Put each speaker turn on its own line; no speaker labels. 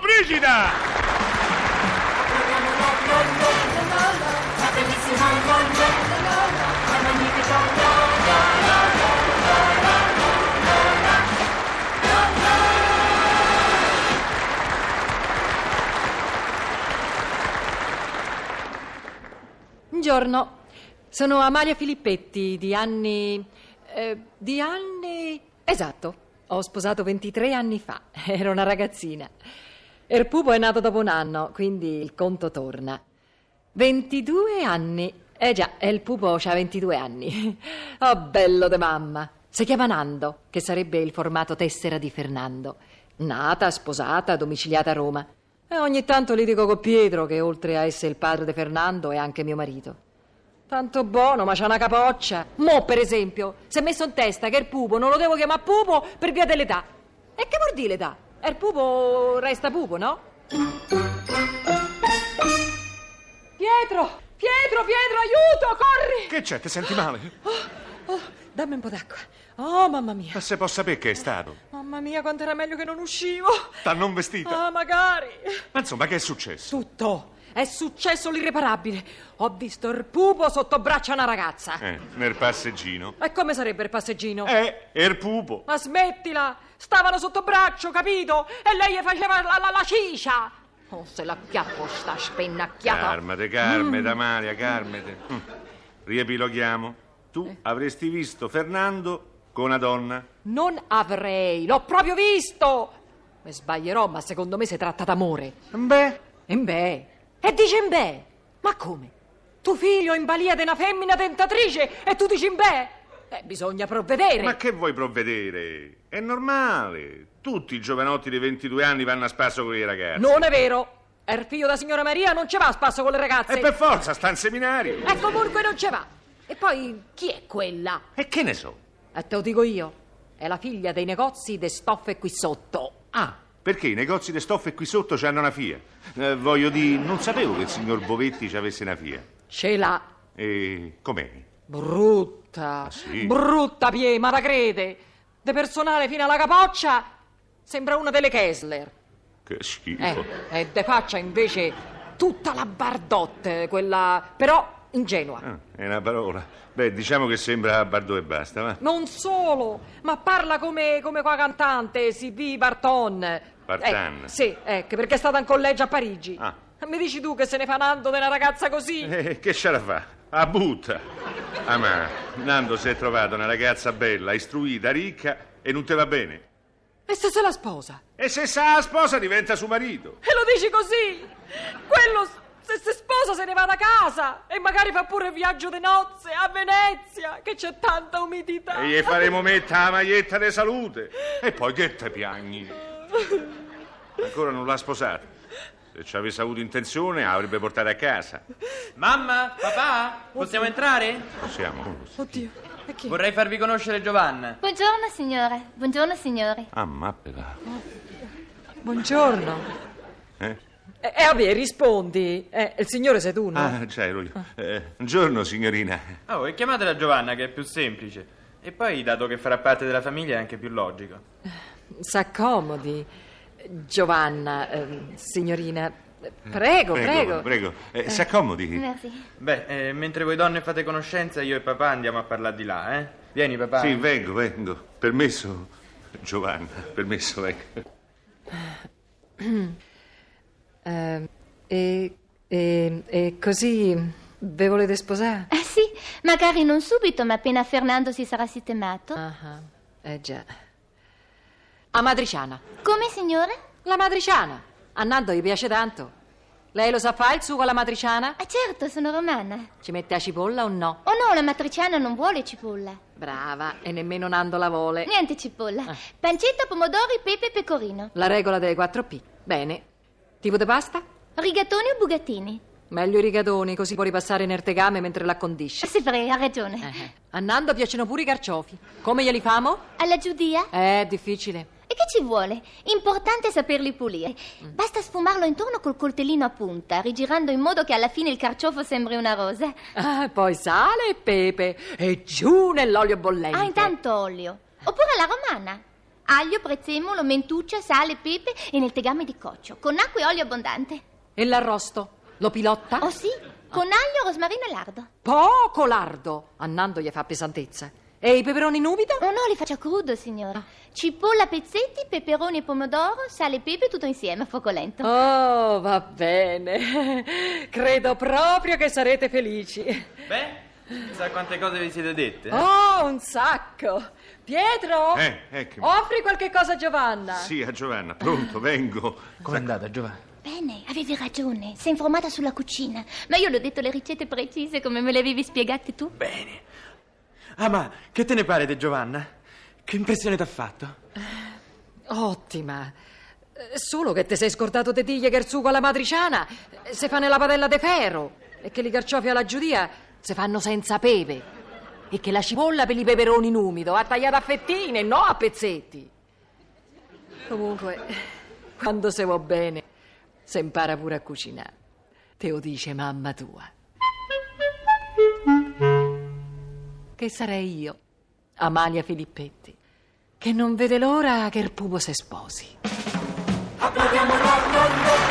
Brigida!
Buongiorno, sono Amalia Filippetti, di anni... eh, di anni... Esatto, ho sposato 23 anni fa, ero una ragazzina. Erpupo è nato dopo un anno, quindi il conto torna. 22 anni. Eh già, e il pupo ha 22 anni. Oh, bello de mamma. Si chiama Nando, che sarebbe il formato tessera di Fernando. Nata, sposata, domiciliata a Roma. E ogni tanto litigo con Pietro, che oltre a essere il padre di Fernando è anche mio marito. Tanto buono, ma c'ha una capoccia. Mo, per esempio, si è messo in testa che il pupo non lo devo chiamare pupo per via dell'età. E che vuol dire l'età? E il pupo resta pupo, no? Pietro! Pietro, Pietro, aiuto, corri!
Che c'è? Ti senti male?
Oh, dammi un po' d'acqua. Oh, mamma mia.
Ma se posso sapere che è stato?
Mamma mia, quanto era meglio che non uscivo.
T'ha non vestita?
Ah, magari.
Ma insomma, che è successo?
Tutto. È successo l'irreparabile. Ho visto il pupo sotto braccia a una ragazza.
Eh, nel passeggino.
E come sarebbe il passeggino?
Eh, er pupo.
Ma smettila! Stavano sotto braccio, capito? E lei gli faceva la, la, la ciccia. Oh, se la chiappo sta spennacchiata.
Calmate, calmate, Amalia, calmate. Mm. Riepiloghiamo. Tu avresti visto Fernando con una donna.
Non avrei, l'ho proprio visto! Mi sbaglierò, ma secondo me si tratta d'amore.
Beh,
Embè. E dici embè? Ma come? Tu figlio in balia di una femmina tentatrice e tu dici embè? Eh, bisogna provvedere.
ma che vuoi provvedere? È normale. Tutti i giovanotti di 22 anni vanno a spasso con i ragazzi.
Non è vero. Er figlio da signora Maria non ci va a spasso con le ragazze.
E per forza sta in seminario.
E comunque non ci va. E poi chi è quella?
E che ne so?
E te lo dico io. È la figlia dei negozi de stoffe qui sotto.
Ah, perché i negozi di stoffe qui sotto c'hanno una FIA. Eh, voglio dire, non sapevo che il signor Bovetti ci avesse una FIA.
Ce l'ha.
E com'è?
Brutta.
Ah, sì?
Brutta piema da crede. De personale fino alla capoccia sembra una delle Kessler.
Che schifo.
Eh, e de faccia invece tutta la bardotte, quella però ingenua.
Ah, è una parola. Beh, diciamo che sembra Bardo e basta, ma.
Non solo, ma parla come, come qua cantante, C.B. Barton.
Bartan.
Eh, sì, ecco, perché è stata in collegio a Parigi.
Ah.
Mi dici tu che se ne fa Nando di una ragazza così?
Eh, che ce la fa? A butta. Ah, ma Nando si è trovato una ragazza bella, istruita, ricca e non te va bene.
E se se la sposa?
E se sa la sposa diventa suo marito.
E lo dici così? Quello, s- se si sposa, se ne va da casa e magari fa pure il viaggio di nozze a Venezia, che c'è tanta umidità.
E gli faremo mettere la maglietta di salute. E poi che te piagni? Ancora non l'ha sposato. Se ci avesse avuto intenzione, avrebbe portato a casa.
Mamma, papà, possiamo entrare?
Possiamo.
Oddio, e chi?
Vorrei farvi conoscere Giovanna.
Buongiorno signore, buongiorno signori.
Ammappela.
Buongiorno.
Eh?
Eh, eh, vabbè, rispondi. Eh, il signore sei tu, no?
Ah, già ero io. Eh, buongiorno, signorina.
Oh, e chiamatela Giovanna che è più semplice. E poi, dato che farà parte della famiglia, è anche più logico.
S'accomodi, Giovanna, ehm, signorina. Prego, prego.
prego. Eh, si accomodi.
Merci.
Beh, eh, mentre voi donne fate conoscenza, io e papà andiamo a parlare di là, eh? Vieni, papà.
Sì, vengo, vengo. Permesso, Giovanna, permesso, vengo.
Eh, e, e- e così ve volete sposare?
Eh sì, magari non subito, ma appena Fernando si sarà sistemato.
Ah, ah, eh già. A matriciana.
Come signore?
La matriciana. A Nando gli piace tanto. Lei lo sa fare il sugo alla matriciana?
Ah certo, sono romana.
Ci mette la cipolla o no?
Oh no, la matriciana non vuole cipolla.
Eh. Brava, e nemmeno Nando la vuole.
Niente cipolla. Pancetta, pomodori, pepe e pecorino.
La regola delle 4P. Bene. Tipo di pasta?
Rigatoni o bugatini?
Meglio i rigatoni, così può ripassare nel tegame mentre l'accondisce.
Se frega, Ah, ha ragione.
Eh. A Nando piacciono pure i carciofi. Come glieli famo?
Alla giudia?
Eh, difficile.
E che ci vuole? Importante è saperli pulire. Basta sfumarlo intorno col coltellino a punta, rigirando in modo che alla fine il carciofo sembri una rosa.
Ah, poi sale e pepe. E giù nell'olio bollente.
Ah, intanto olio. Oppure alla romana. aglio, prezzemolo, mentuccia, sale, pepe e nel tegame di coccio, con acqua e olio abbondante.
E l'arrosto? Lo pilotta?
Oh sì, con aglio, rosmarino e lardo.
Poco lardo! A Nando gli fa pesantezza. E i peperoni in umido?
Oh no, li faccio a crudo, signora. Ah. Cipolla a pezzetti, peperoni e pomodoro, sale e pepe tutto insieme a fuoco lento.
Oh, va bene. Credo proprio che sarete felici.
Beh, chissà quante cose vi siete dette. eh?
Oh, un sacco. Pietro?
Eh, ecco.
Offri qualche cosa a Giovanna.
Sì, a Giovanna, pronto, vengo.
Com'è andata, Giovanni?
Bene, avevi ragione, sei informata sulla cucina, ma io le ho detto le ricette precise come me le avevi spiegate tu.
Bene. Ah, ma che te ne pare di Giovanna? Che impressione t'ha fatto?
Ottima. Eh, Solo che te sei scordato di dirgli che il sugo alla matriciana eh, se fa nella padella de ferro e che li carciofi alla giudia se fanno senza pepe e che la cipolla per i peperoni in umido va tagliata a fettine, no a pezzetti. Comunque, quando se vuol bene, se impara pure a cucinare. Te lo dice mamma tua. Che sarei io, Amalia Filippetti, che non vede l'ora che il pupo se sposi.
Apriremo la nonna